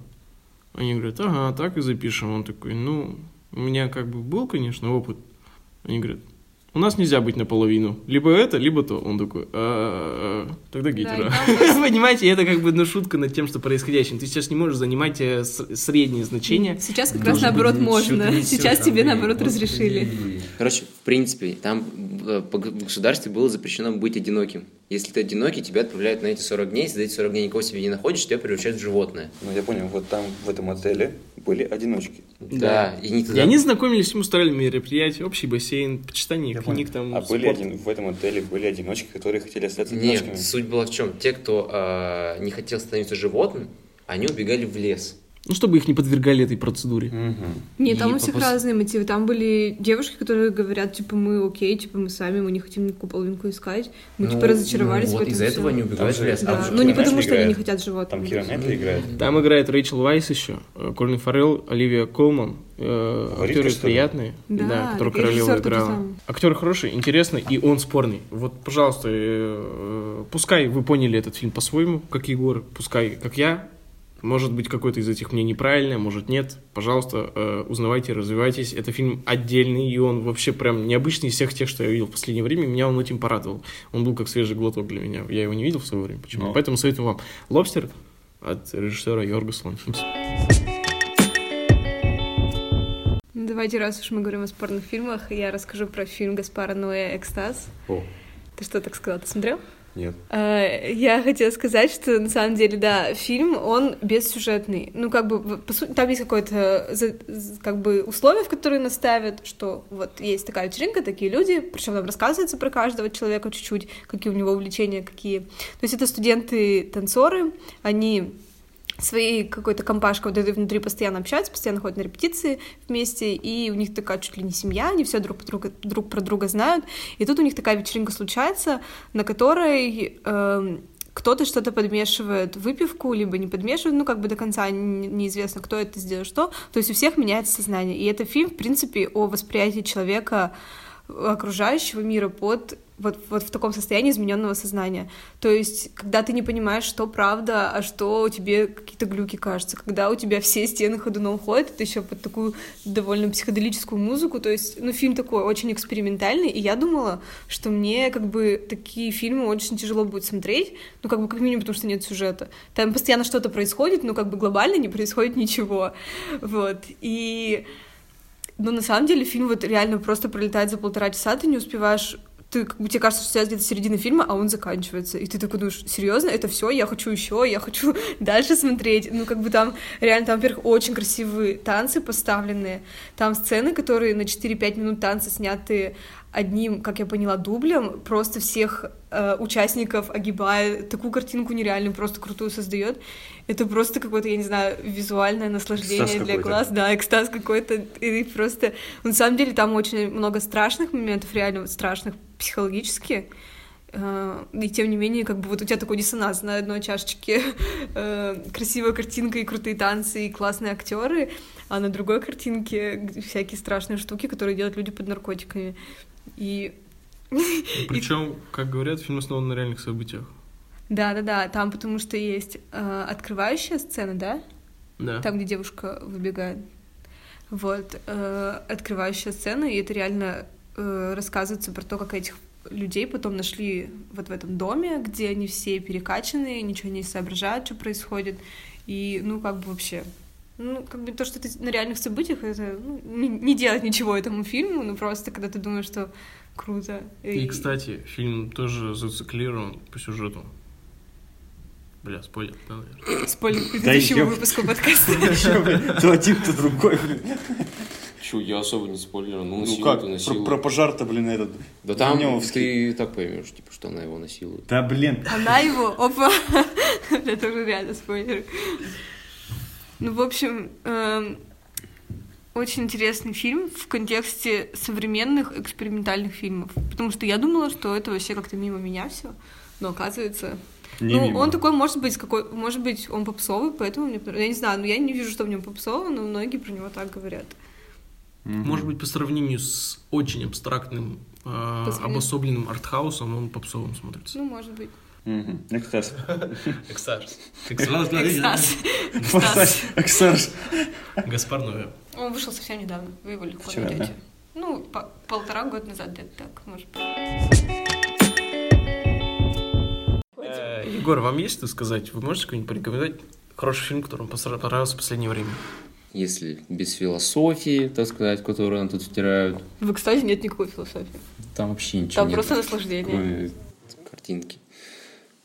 Speaker 3: Они говорят, ага, так и запишем. Он такой, ну, У меня как бы был, конечно, опыт. Они говорят, у нас нельзя быть наполовину. Либо это, либо то. Он такой, «А, а, тогда гетеро.
Speaker 1: и там
Speaker 3: Понимаете, это как бы ну, шутка над тем, что происходящим. Ты сейчас не можешь занимать э, с- среднее значение.
Speaker 1: Сейчас как
Speaker 2: Должен
Speaker 1: раз
Speaker 2: быть
Speaker 1: наоборот
Speaker 2: чуть
Speaker 1: можно.
Speaker 2: веселее,
Speaker 1: Сейчас тебе
Speaker 2: Андрей,
Speaker 1: наоборот
Speaker 2: господи.
Speaker 1: разрешили.
Speaker 2: Короче, в принципе, там э, по г- в государстве было запрещено быть одиноким. Если ты одинокий, тебя отправляют на эти 40 дней, если за эти 40 дней никого себе не находишь, тебя превращают в животное.
Speaker 4: Ну, я понял, вот там, в этом отеле были одиночки.
Speaker 3: Да.
Speaker 2: Да, и не
Speaker 3: И они знакомились, им устраивали мероприятия, общий бассейн, почитание
Speaker 4: Я
Speaker 3: книг там.
Speaker 4: а были
Speaker 3: спорт.
Speaker 4: один, в этом отеле были одиночки, которые хотели остаться одиночками.
Speaker 2: Нет, суть была в чем? Те, кто э, не хотел становиться животным, они убегали в лес.
Speaker 3: Ну, чтобы их не подвергали этой процедуре.
Speaker 4: Мгм.
Speaker 1: Не, там
Speaker 2: И
Speaker 1: у всех
Speaker 2: попос-
Speaker 1: разные мотивы. Там были девушки, которые говорят, типа, мы окей, типа, мы сами, мы не хотим никакую половинку искать. Мы,
Speaker 2: Ну,
Speaker 1: типа, разочаровались в
Speaker 2: ну, вот
Speaker 1: этом
Speaker 2: из-за этого
Speaker 1: всём.
Speaker 2: они убегают
Speaker 4: Там
Speaker 2: в
Speaker 4: же-
Speaker 2: лес.
Speaker 4: там
Speaker 1: Да.
Speaker 4: же
Speaker 1: Ну, не
Speaker 4: Кира
Speaker 1: потому,
Speaker 4: Найтли
Speaker 1: что они не
Speaker 4: играет.
Speaker 1: хотят животных.
Speaker 4: Там Кира Найтли играет.
Speaker 3: Там играет Рэйчел Вайс еще, э, Колин Фаррелл, Оливия Колман. э,
Speaker 4: Фаворитка,
Speaker 3: Актеры
Speaker 4: что ли?
Speaker 3: приятные,
Speaker 1: Да,
Speaker 3: который
Speaker 1: и
Speaker 3: королева
Speaker 1: режиссер тот же
Speaker 3: играла.
Speaker 1: самый.
Speaker 3: Актер хороший, интересный, и он спорный. Вот, пожалуйста, э, э, пускай вы поняли этот фильм по-своему, как Егор, пускай, как я. Может быть, какое-то из этих мне неправильное, может нет. Пожалуйста, э, узнавайте, развивайтесь. Это фильм отдельный, и он вообще прям необычный из всех тех, что я видел в последнее время. Меня он этим порадовал. Он был как свежий глоток для меня. Я его не видел в свое время. Почему?
Speaker 4: Но.
Speaker 3: Поэтому советую вам. «Лобстер» от режиссера Йорга Слонхимса.
Speaker 1: Ну, Давайте, раз уж мы говорим о спорных фильмах, я расскажу про фильм Гаспара Ноэ «Экстаз».
Speaker 4: О,
Speaker 1: Ты что так сказал? Ты смотрел?
Speaker 4: нет.
Speaker 1: Э, Я хотела сказать, что на самом деле, да, фильм, он бессюжетный. Ну, как бы, в- по сути, там есть какое-то, за- з- как бы, условие, в которые нас ставят, что вот есть такая вечеринка, такие люди, причем там рассказывается про каждого человека чуть-чуть, какие у него увлечения, какие. То есть это студенты-танцоры, они своей какой-то компашкой вот этой внутри постоянно общаются, постоянно ходят на репетиции вместе, и у них такая чуть ли не семья, они все друг, по друга, друг про друга знают, и тут у них такая вечеринка случается, на которой эм, кто-то что-то подмешивает в выпивку, либо не подмешивает, ну, как бы до конца не- неизвестно, кто это сделал, что. То есть у всех меняется сознание. И это фильм, в принципе, о восприятии человека окружающего мира под вот, вот в таком состоянии измененного сознания. То есть, когда ты не понимаешь, что правда, а что тебе какие-то глюки кажутся, когда у тебя все стены ходуном ходят, это еще под такую довольно психоделическую музыку. То есть, ну, фильм такой очень экспериментальный, и я думала, что мне как бы такие фильмы очень тяжело будет смотреть, ну, как бы как минимум, потому что нет сюжета. Там постоянно что-то происходит, но как бы глобально не происходит ничего. Вот. И но Ну, на самом деле фильм вот реально просто пролетает за полтора часа, ты не успеваешь ты, как бы, тебе кажется, что сейчас где-то середина фильма, а он заканчивается. И ты такой думаешь, серьезно, это все, я хочу еще, я хочу дальше смотреть. Ну, как бы там, реально, там, во-первых, очень красивые танцы поставленные. Там сцены, которые на 4-5 минут танцы сняты одним, как я поняла, дублем, просто всех э, участников огибает. Такую картинку нереально просто крутую создает. Это просто какое-то, я не знаю, визуальное наслаждение для
Speaker 4: какой-то.
Speaker 1: глаз. Да, экстаз какой-то. И просто... ну, На самом деле там очень много страшных моментов, реально вот страшных психологически. Э, И тем не менее, как бы вот у тебя такой диссонанс на одной чашечке э, красивая картинка и крутые танцы и классные актеры, а на другой картинке г- всякие страшные штуки, которые делают люди под наркотиками. И
Speaker 3: Причем, как говорят, фильм основан на реальных событиях.
Speaker 1: да, да, да, там потому что есть э, открывающая сцена, да,
Speaker 3: Да.
Speaker 1: там, где девушка выбегает. Вот, э, открывающая сцена, и это реально э, рассказывается про то, как этих людей потом нашли вот в этом доме, где они все перекачанные, ничего не соображают, что происходит, и, ну, как бы вообще... Ну, как бы то, что ты на реальных событиях, это ну, не, не делать ничего этому фильму, ну, просто когда ты думаешь, что круто.
Speaker 3: И, кстати, фильм тоже зациклирован по сюжету. Бля, спойлер, да, наверное.
Speaker 1: Спойлер
Speaker 4: Да
Speaker 1: предыдущего
Speaker 4: ёп.
Speaker 1: выпуска подкаста.
Speaker 4: То один, то Типа, другой.
Speaker 2: Чу, я особо не спойлерил, ну,
Speaker 4: Ну
Speaker 2: насилует,
Speaker 4: как,
Speaker 2: и
Speaker 4: про
Speaker 2: насилует.
Speaker 4: про пожар-то, блин, этот.
Speaker 2: Да там
Speaker 4: Днёмовский.
Speaker 2: ты так поймешь, типа, что она его насилует.
Speaker 4: Да, блин.
Speaker 1: Она его, опа, это тоже реально спойлер. Ну, в общем, эм, очень интересный фильм в контексте современных экспериментальных фильмов, потому что я думала, что это вообще как-то мимо меня все, но оказывается,
Speaker 4: Не
Speaker 1: ну,
Speaker 4: мимо.
Speaker 1: он такой, может быть, какой, может быть, он попсовый, поэтому мне, понрав- я не знаю, но я не вижу, что в нем попсово, но многие про него так говорят.
Speaker 4: Мгм.
Speaker 3: Может быть, по сравнению с очень абстрактным, э,
Speaker 1: сравнению-
Speaker 3: обособленным артхаусом, он попсовым смотрится.
Speaker 1: Ну, может быть.
Speaker 4: Мгм. Экстаз.
Speaker 3: Экстарс.
Speaker 1: Экстаз. Экстаз.
Speaker 4: Экстаз.
Speaker 3: Гаспар Ноэ.
Speaker 1: Он вышел совсем недавно. Вы его легко
Speaker 4: Вчера, да?
Speaker 1: найдете. Ну, по- полтора года назад где-то так, может быть.
Speaker 3: Э, Егор, вам есть что сказать? Вы можете какой-нибудь порекомендовать хороший фильм, который вам посра- понравился в последнее время?
Speaker 2: Если без философии, так сказать, которую нам тут втирают,
Speaker 1: В экстазе нет никакой философии.
Speaker 2: там вообще ничего
Speaker 1: Там
Speaker 2: нет.
Speaker 1: просто наслаждение.
Speaker 2: Кроме картинки.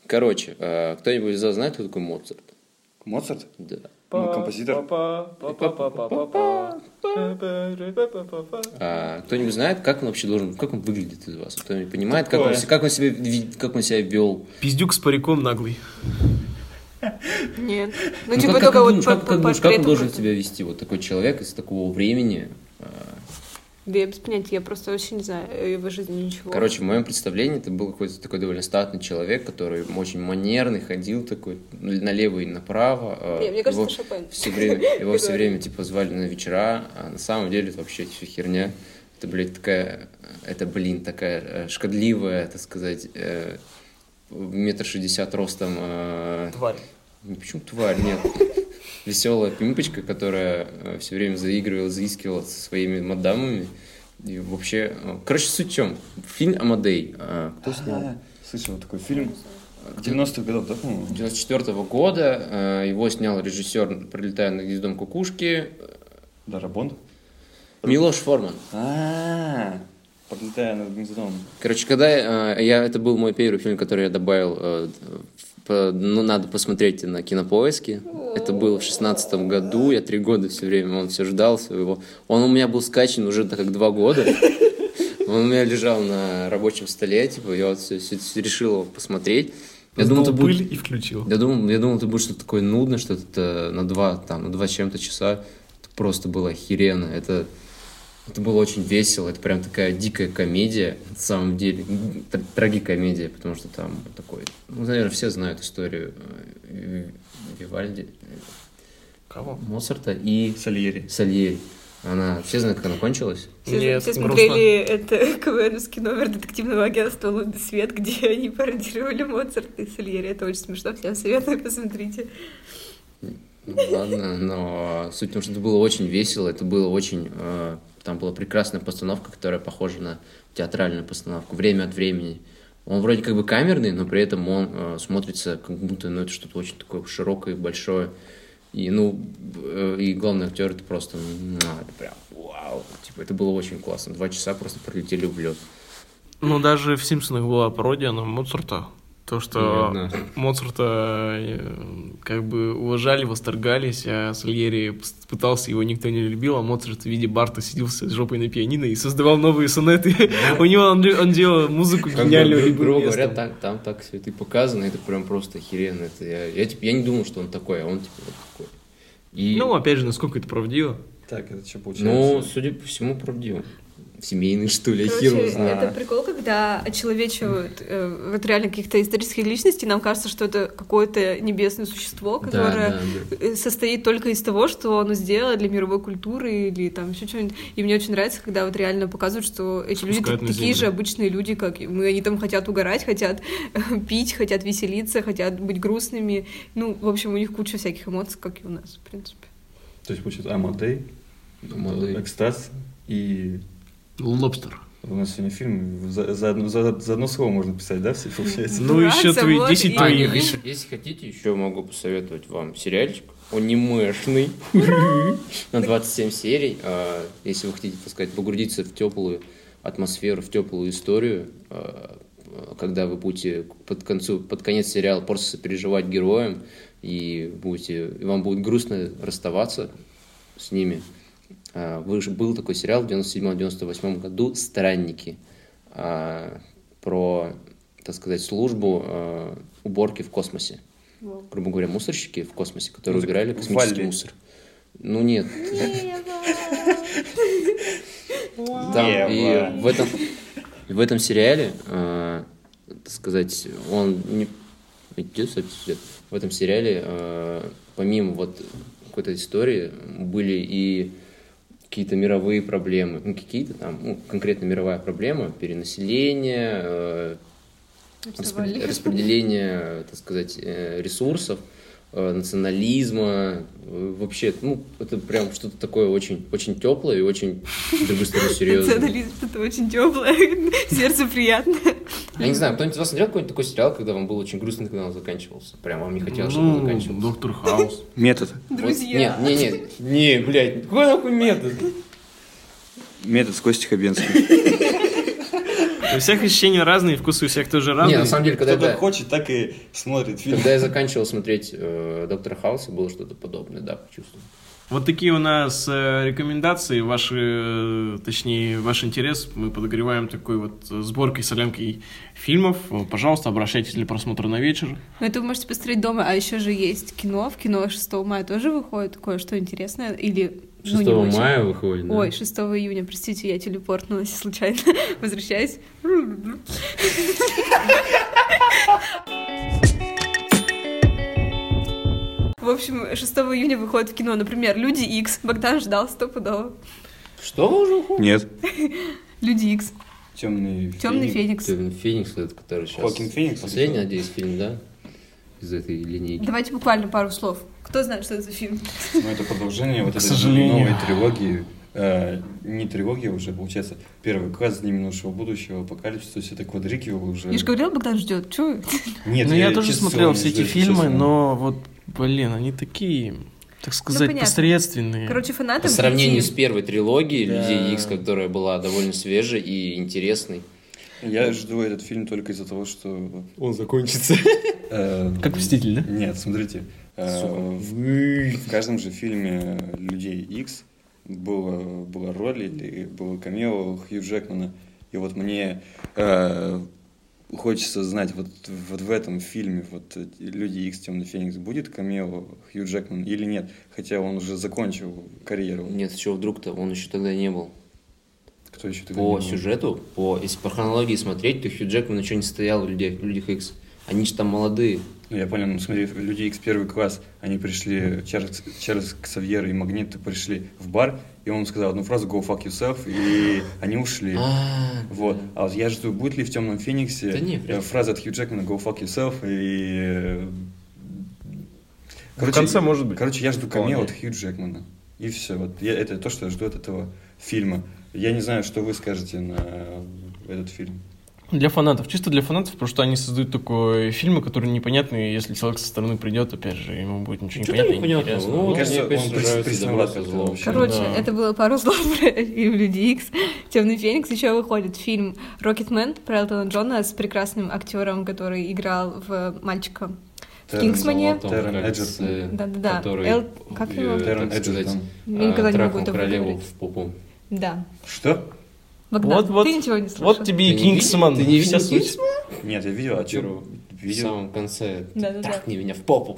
Speaker 2: Короче, э, кто-нибудь из вас знает, кто такой Моцарт?
Speaker 4: Моцарт?
Speaker 2: Да.
Speaker 4: Ну, композитор.
Speaker 2: А кто-нибудь знает, как он вообще должен, как он выглядит из вас? Кто-нибудь понимает, как он,
Speaker 4: Такое.
Speaker 2: се- как он себя, ви- как он себя вел?
Speaker 3: Пиздюк с париком наглый.
Speaker 1: Нет. Ну,
Speaker 2: Ну,
Speaker 1: типа
Speaker 2: как-
Speaker 1: только
Speaker 2: как,
Speaker 1: вот
Speaker 2: думаешь,
Speaker 1: по-
Speaker 2: как-
Speaker 1: по-
Speaker 2: как
Speaker 1: по
Speaker 2: думаешь, как он
Speaker 1: портрету
Speaker 2: должен
Speaker 1: как-то.
Speaker 2: себя вести? Вот такой человек из такого времени. А,
Speaker 1: Да я без понятия, я просто вообще не знаю э, его жизни ничего.
Speaker 2: Короче, в моем представлении это был какой-то такой довольно статный человек, который очень манерный, ходил такой ну, налево и направо. а,
Speaker 1: Не, мне кажется,
Speaker 2: его
Speaker 1: это Шопен.
Speaker 2: Все время, его все
Speaker 1: Который-
Speaker 2: время типа звали на вечера, а на самом деле это вообще все херня. Это, блядь, такая, э, это, блин, такая э, шкодливая, так сказать, э, метр шестьдесят ростом э,
Speaker 3: Тварь.
Speaker 2: ну, Почему тварь? Нет. Веселая пимпочка, которая все время заигрывала, заискивала со своими мадамами. И вообще... э, Короче, суть в чем? Фильм «Амадей». э, Кто снял?
Speaker 4: Да, Слышал такой фильм 90-х годов, да, по-моему?
Speaker 2: 94 года. э, Его снял режиссер «Прилетая на гнездом кукушки»
Speaker 4: Да, Рабон.
Speaker 2: Милош Форман.
Speaker 4: А, подлетая над гнездом.
Speaker 2: Короче, когда э, я... Это был мой первый фильм, который я добавил... э, в- по- ну, надо посмотреть на кинопоиске. Это было в шестнадцатом году. Я три года все время, он все ждал своего. Он у меня был скачан уже так как два года. Он у меня лежал на рабочем столе, типа, я вот всё- всё- всё решил его посмотреть. Я думал, это будет...
Speaker 3: пыль и включил.
Speaker 2: Я думал, я думал, это будет что-то такое нудное, что-то э, на два, там, на два с чем-то часа. Это просто было охеренно. Это, это было очень весело. Это прям такая дикая комедия, на самом деле. м, тр- Трагикомедия, потому что там такой... Ну, наверное, все знают историю э, Ви- Вивальди, э,
Speaker 3: Кого?
Speaker 2: Моцарта и
Speaker 4: Сальери.
Speaker 2: Сальери. Она... Все знают, как она кончилась?
Speaker 1: Все,
Speaker 3: Нет,
Speaker 1: все
Speaker 3: грустно.
Speaker 1: смотрели это КВНовский номер детективного агентства «Лунный свет», где они пародировали Моцарта и Сальери. Это очень смешно, всем советую, посмотрите.
Speaker 2: Ну, Ладно, но суть в том, что это было очень весело, это было очень... э, там была прекрасная постановка, которая похожа на театральную постановку «Время от времени». Он вроде как бы камерный, но при этом он э, смотрится как будто, ну, это что-то очень такое широкое, большое. И, ну, б- э, и главный актер это просто, ну, это прям вау. Типа, это было очень классно. Два часа просто пролетели в лед.
Speaker 3: Ну, даже в «Симпсонах» была пародия на Моцарта. То, что
Speaker 2: Наверное.
Speaker 3: Моцарта э, как бы уважали, восторгались, а Сальери пс- пытался, его никто не любил, а Моцарт в виде Барта сидел с жопой на пианино и создавал новые сонеты. У него он, де- он делал музыку
Speaker 2: Как бы,
Speaker 3: гениальную.
Speaker 2: гру-
Speaker 3: и был
Speaker 2: грубо
Speaker 3: местом.
Speaker 2: говоря, так- там так все это и показано, это прям просто охеренно. Это я, я, типа, я не думал, что он такой, а он типа вот такой. И,
Speaker 3: Ну, опять же, насколько это правдиво.
Speaker 4: Так, это что
Speaker 2: ну, судя по всему, правдиво. Семейный, что ли, я хер его
Speaker 1: Короче,
Speaker 2: знаю.
Speaker 1: это прикол, когда очеловечивают э, вот реально каких-то исторических личностей, нам кажется, что это какое-то небесное существо,
Speaker 2: Да,
Speaker 1: которое
Speaker 2: да, да.
Speaker 1: э, состоит только из того, что оно сделало для мировой культуры или там еще что-нибудь. И мне очень нравится, когда вот реально показывают, что эти люди
Speaker 3: Спускают на
Speaker 1: такие
Speaker 3: землю.
Speaker 1: же обычные люди, как и мы. Они там хотят угорать, хотят пить, хотят веселиться, хотят быть грустными. Ну, в общем, у них куча всяких эмоций, как и у нас, в принципе.
Speaker 4: То есть, получается, Амадей,
Speaker 2: Ну, молодые.
Speaker 4: Экстаз и...
Speaker 3: Лобстер.
Speaker 4: У нас сегодня фильм за, за одно, за- за одно слово можно писать, да, все получается?
Speaker 3: Ну,
Speaker 1: Дурак,
Speaker 3: еще твои
Speaker 1: завод
Speaker 3: 10
Speaker 1: и-
Speaker 2: А,
Speaker 3: твоих.
Speaker 2: нет, если, если хотите, еще могу посоветовать вам сериальчик. Он анимешный. На 27 серий. А, Если вы хотите, так сказать, погрузиться в теплую атмосферу, в теплую историю, а, а, когда вы будете к- под, концу, под конец сериала просто сопереживать героям, и, будете, и вам будет грустно расставаться с ними. А, вы же- Был такой сериал в 97-98 году «Странники» а, про, так сказать, службу а, уборки в космосе. Грубо говоря, мусорщики в космосе, которые
Speaker 4: Ну, так
Speaker 2: убирали космический
Speaker 4: Валли.
Speaker 2: мусор. Ну нет. Там
Speaker 4: Ева.
Speaker 2: и в этом и в этом сериале, э, так сказать, он не- идет, кстати, идет. в этом сериале э, помимо вот какой-то истории были и какие-то мировые проблемы, ну какие-то там, ну, конкретно мировая проблема перенаселение, э,
Speaker 1: Завали.
Speaker 2: распределения, распределение, так сказать, э, ресурсов, э, национализма, э, вообще, ну, это прям что-то такое очень, очень теплое и очень, с другой стороны, серьезное.
Speaker 1: Национализм это очень теплое, сердце приятно.
Speaker 2: Я не знаю, кто-нибудь из вас смотрел какой-нибудь такой сериал, когда вам был очень грустно, когда он заканчивался? Прям вам не хотелось, чтобы он
Speaker 3: Ну,
Speaker 2: заканчивался?
Speaker 3: доктор Хаус.
Speaker 4: Метод.
Speaker 2: Вот-
Speaker 1: Друзья.
Speaker 2: Не, не, не, не, блядь, какой нахуй метод?
Speaker 4: Метод с Костей Хабенским.
Speaker 3: У всех ощущения разные, вкусы у всех тоже
Speaker 2: Не,
Speaker 3: разные.
Speaker 2: на самом деле, когда
Speaker 4: Кто
Speaker 2: это...
Speaker 4: так хочет, так и смотрит фильм.
Speaker 2: Когда я заканчивал смотреть э, Доктора Хауса, было что-то подобное, да, почувствовал.
Speaker 3: Вот такие у нас э, рекомендации, ваши, э, точнее, ваш интерес мы подогреваем такой вот э, сборкой, солянкой фильмов. Э, Пожалуйста, обращайтесь для просмотра на вечер.
Speaker 1: Ну, это вы можете посмотреть дома, а еще же есть кино. В кино 6 мая тоже выходит кое-что интересное. Или ну,
Speaker 2: 6
Speaker 1: не очень.
Speaker 2: мая выходит, да?
Speaker 1: Ой, 6 июня, простите, я телепортнулась случайно. Возвращаюсь. В общем, 6 июня выходит в кино, например, «Люди Икс». Богдан ждал стопудово.
Speaker 2: Что уже выходит?
Speaker 4: Нет.
Speaker 1: «Люди Икс»,
Speaker 4: Темный
Speaker 1: «Темный Феникс».
Speaker 2: Ты, Феникс, этот, который сейчас...
Speaker 4: Хоакин Феникс,
Speaker 2: Последний,
Speaker 4: или что?
Speaker 2: надеюсь, фильм, да? Из этой линейки.
Speaker 1: Давайте буквально пару слов. Кто знает, что это за фильм?
Speaker 4: Ну, это продолжение вот
Speaker 3: К
Speaker 4: этой
Speaker 3: сожалению.
Speaker 4: новой трилогии. Э, не трилогия уже, получается, первый класс дни минувшего будущего, апокалипсис, то есть это квадриквел уже.
Speaker 1: Я же говорила, Богдан ждет. Чего? вы?
Speaker 4: Нет,
Speaker 3: ну, я, тоже
Speaker 4: честно,
Speaker 3: смотрел
Speaker 4: не
Speaker 3: все эти
Speaker 4: жду,
Speaker 3: фильмы,
Speaker 4: честно.
Speaker 3: но вот, блин, они такие, так сказать,
Speaker 1: Ну, понятно.
Speaker 3: посредственные.
Speaker 1: Короче, фанаты...
Speaker 2: По сравнению с
Speaker 1: прийти.
Speaker 2: первой трилогией
Speaker 4: Да.
Speaker 2: Людей Икс, которая была довольно свежей и интересной.
Speaker 4: Я жду этот фильм только из-за того, что...
Speaker 2: Он закончится.
Speaker 4: э,
Speaker 3: Как «Мститель», да?
Speaker 4: Нет, смотрите. э,
Speaker 2: Сука.
Speaker 4: В в каждом же фильме «Людей Икс» было, была роль или было камео Хью Джекмана. И вот мне э, хочется знать, вот, вот в этом фильме вот э, «Люди Икс. Темный Феникс» будет камео Хью Джекман или нет? Хотя он уже закончил карьеру.
Speaker 2: Нет, с чего вдруг-то? Он еще тогда не был.
Speaker 4: Кто еще тогда не
Speaker 2: По
Speaker 4: был?
Speaker 2: сюжету, по, если по хронологии смотреть, то Хью Джекман еще не стоял в «Людях- Людях Икс. Они же там молодые.
Speaker 4: Ну, Я понял, ну смотри, люди X первый класс, они пришли, Чарльз, Чарльз Ксавьер и Магнит пришли в бар, и он сказал одну фразу «Go fuck yourself», и они ушли.
Speaker 2: А,
Speaker 4: Вот. А вот я жду, будет ли в «Темном Фениксе»
Speaker 2: Да не,
Speaker 4: э,
Speaker 2: вряд ли.
Speaker 4: фраза от Хью Джекмана «Go fuck yourself» и... э,
Speaker 3: В конце, может быть.
Speaker 4: Короче, я жду камео
Speaker 2: Вполне.
Speaker 4: от Хью Джекмана. И все. Вот я- это то, что я жду от этого фильма. Я не знаю, что вы скажете на этот фильм.
Speaker 3: Для фанатов, чисто для фанатов, потому что они создают такой фильмы, которые непонятные, если человек со стороны придет, опять же, ему будет ничего
Speaker 2: Что-то
Speaker 3: непонятно.
Speaker 2: непонятно.
Speaker 3: интересно.
Speaker 2: Ну,
Speaker 3: Ну,
Speaker 2: вот
Speaker 4: кажется,
Speaker 2: мне, конечно,
Speaker 4: он
Speaker 2: нравится добро
Speaker 4: пресноват
Speaker 2: со
Speaker 4: это
Speaker 2: злом.
Speaker 4: вообще.
Speaker 1: Короче,
Speaker 3: Да.
Speaker 1: это было пару слов про фильм «Люди Икс». «Темный Феникс». Еще выходит фильм «Рокетмен» про Элтона Джона с прекрасным актером, который играл в «Мальчика». В
Speaker 4: Терренс
Speaker 1: «Кингсмане».
Speaker 2: Золотом,
Speaker 4: Террен
Speaker 2: как
Speaker 4: Эджертон.
Speaker 2: с, э,
Speaker 1: Да-да-да.
Speaker 2: который,
Speaker 1: Эл- как
Speaker 2: э,
Speaker 1: его?
Speaker 4: Террен
Speaker 2: так сказать,
Speaker 4: Эджертон.
Speaker 1: Я никогда
Speaker 2: э,
Speaker 1: не могу
Speaker 2: трахнул
Speaker 1: этого
Speaker 2: королеву
Speaker 1: говорить.
Speaker 2: в попу.
Speaker 1: Да.
Speaker 4: Что?
Speaker 1: Богдан,
Speaker 3: Вот, вот,
Speaker 1: ты ничего не слышал.
Speaker 3: вот тебе
Speaker 2: Ты
Speaker 3: и
Speaker 2: не
Speaker 3: Кингсман.
Speaker 2: видел? Ты не
Speaker 3: вся
Speaker 2: видел
Speaker 3: суть.
Speaker 2: Кингсмана?
Speaker 4: Нет, я видел, а чё?
Speaker 2: В
Speaker 4: Видел?
Speaker 2: самом конце.
Speaker 1: Да-да-да.
Speaker 2: Трахни меня в попу.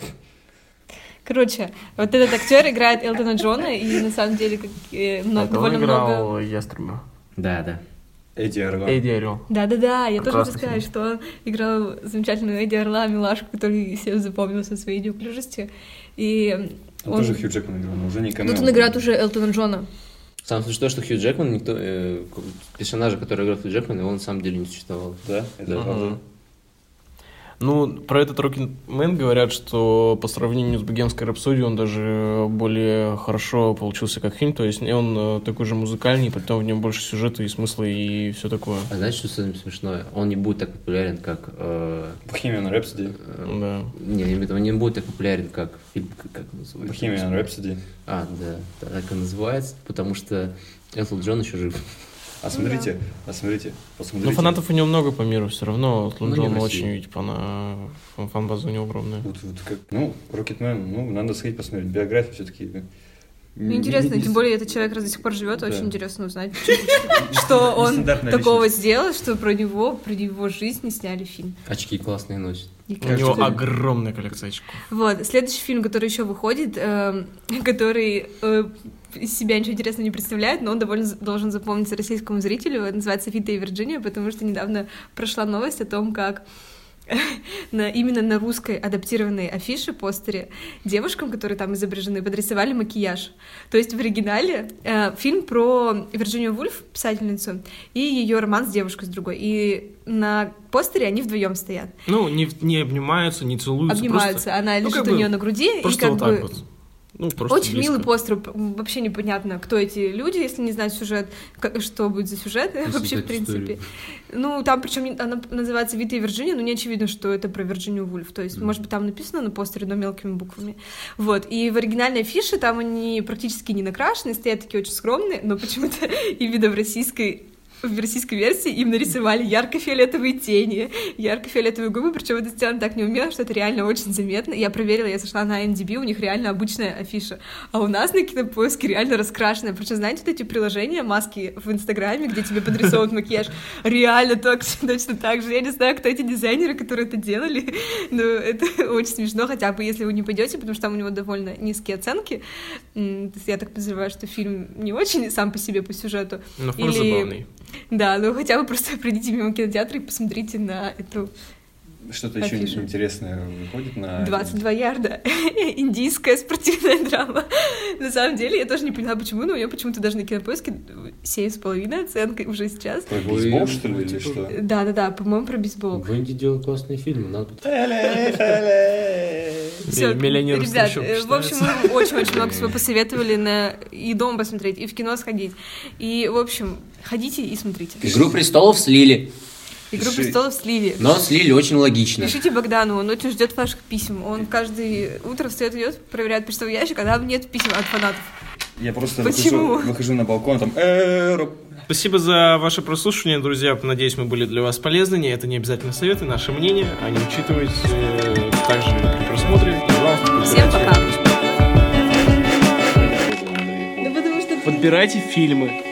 Speaker 1: Короче, вот этот актер играет Элтона Джона, и на самом деле как, э, мно-
Speaker 3: А то
Speaker 1: довольно
Speaker 3: он играл
Speaker 1: много...
Speaker 3: Ястреба.
Speaker 2: Да, да.
Speaker 4: Эдди Орла.
Speaker 3: Эдди Орел.
Speaker 1: Да-да-да, я тоже
Speaker 3: Прекрасный
Speaker 1: хочу сказать, что он играл замечательную Эдди Орла, милашку, который всем запомнился своей неуклюжести. И
Speaker 4: Он, тоже Хью Джекман играл, но уже не камео.
Speaker 1: Ну, Тут он играет уже Элтона Джона.
Speaker 2: Сам случай то, что Хью Джекман, никто, э, персонажа, который играл Хью Джекман, его на самом деле не существовал.
Speaker 4: Да, это
Speaker 2: Да.
Speaker 4: правда.
Speaker 3: Ну, про этот Рокетмен говорят, что по сравнению с Богемской рапсодией он даже более хорошо получился как фильм, то есть он э, такой же музыкальный, при том в нем больше сюжета и смысла и все такое.
Speaker 2: А знаешь, что самое смешное? Он не будет так популярен, как... э,
Speaker 4: Бохемиан Рэпсоди.
Speaker 2: э,
Speaker 3: Да.
Speaker 2: не, я имею в виду, он не будет так популярен, как фильм, как, как называется?
Speaker 4: Бохемиан Рэпсоди.
Speaker 2: А, да, да, так и называется, потому что Элтон Джон еще жив.
Speaker 1: Ну
Speaker 4: А смотрите, а смотрите, посмотрите.
Speaker 3: Ну, фанатов у него много по миру все равно.
Speaker 2: Ну, не в
Speaker 3: Лунжон
Speaker 2: России.
Speaker 3: очень, ведь, фана... фан-база у него огромная.
Speaker 4: Вот, вот как, ну, Рокетмен, ну, надо сходить посмотреть. Биографию все-таки.
Speaker 1: Ну, интересно, тем более этот человек раз до сих пор живет,
Speaker 4: Да.
Speaker 1: очень интересно узнать, что он
Speaker 4: Нестандартная
Speaker 1: такого
Speaker 4: личность.
Speaker 1: сделал, что про него, про его жизнь не сняли фильм.
Speaker 2: Очки классные носит.
Speaker 1: И
Speaker 3: У
Speaker 1: как-
Speaker 4: Каждый
Speaker 3: него
Speaker 4: день.
Speaker 3: огромная коллекция очков.
Speaker 1: Вот, следующий фильм, который еще выходит, эм, который э, из себя ничего интересного не представляет, но он довольно з- должен запомниться российскому зрителю, Это называется «Вита и Вирджиния», потому что недавно прошла новость о том, как э, на, именно на русской адаптированной афише, постере, девушкам, которые там изображены, подрисовали макияж. То есть в оригинале э, фильм про Вирджинию Вульф, писательницу, и ее роман с девушкой с другой. И на постере они вдвоем стоят.
Speaker 3: Ну, не, в- не обнимаются, не целуются.
Speaker 1: Обнимаются,
Speaker 3: просто-
Speaker 1: она
Speaker 3: ну,
Speaker 1: лежит
Speaker 3: как
Speaker 1: у
Speaker 3: бы
Speaker 1: нее на груди, и
Speaker 3: Просто
Speaker 1: как
Speaker 3: вот
Speaker 1: бы
Speaker 3: так вот. Ну, просто
Speaker 1: Очень
Speaker 3: близко.
Speaker 1: милый постер, п- вообще непонятно, кто эти люди, если не знать сюжет, как- что будет за сюжет вообще в
Speaker 2: создать историю.
Speaker 1: принципе. Ну, там причем она называется «Вита и Вирджиния», но не очевидно, что это про Вирджинию Вульф. То есть,
Speaker 2: Мгм.
Speaker 1: может быть, там написано на постере, но мелкими буквами. Вот. И в оригинальной афише там они практически не накрашены, стоят такие очень скромные, но почему-то именно в российской в российской версии им нарисовали ярко-фиолетовые тени, ярко-фиолетовые губы, причем это сделано так неумело, что это реально очень заметно. Я проверила, я зашла на IMDb, у них реально обычная афиша. А у нас на кинопоиске реально раскрашенная. Причем, знаете, вот эти приложения, маски в Инстаграме, где тебе подрисовывают макияж, реально так, точно так же. Я не знаю, кто эти дизайнеры, которые это делали, но это очень смешно, хотя бы если вы не пойдете, потому что там у него довольно низкие оценки. М, то есть Я так подозреваю, что фильм не очень сам по себе по сюжету. Или-
Speaker 3: Но вполне забавный.
Speaker 1: Да, ну хотя бы просто придите мимо кинотеатра и посмотрите на эту
Speaker 4: Что-то еще
Speaker 1: Афиша.
Speaker 4: интересное выходит на...
Speaker 1: 22 ярда. Индийская спортивная драма. На самом деле, я тоже не поняла, почему, но у нее почему-то даже на кинопоиске 7,5 оценка уже сейчас.
Speaker 4: Про бейсбол,
Speaker 2: Вы-
Speaker 4: что ли, или
Speaker 2: типа-
Speaker 4: что?
Speaker 1: Да-да-да, по-моему, про бейсбол.
Speaker 2: Венди делал классные фильмы, надо
Speaker 1: Всё,
Speaker 3: миллионер
Speaker 1: ребят,
Speaker 3: Стручок
Speaker 1: э, в общем,
Speaker 3: считается.
Speaker 1: мы очень-очень много всего посоветовали на и дома посмотреть, и в кино сходить. И, в общем, ходите и смотрите.
Speaker 2: Игру престолов слили,
Speaker 1: «Игру
Speaker 4: Пиши.
Speaker 1: престолов» сливи.
Speaker 2: но слили очень логично.
Speaker 1: Пишите Богдану, он очень ждет ваших писем. Он каждое утро встает, идет, проверяет почтовый ящик, а там нет писем от фанатов.
Speaker 4: Я просто
Speaker 1: Почему?
Speaker 4: выхожу, выхожу на балкон, там... «Э, Роб».
Speaker 3: Спасибо за ваше прослушивание, друзья. Надеюсь, мы были для вас полезны. Не, это не обязательно советы, наше мнение. Они учитывайте э, также при просмотре. И, пожалуйста,
Speaker 1: Всем
Speaker 3: подбирайте-
Speaker 1: пока. Да потому что
Speaker 3: Подбирайте фильмы.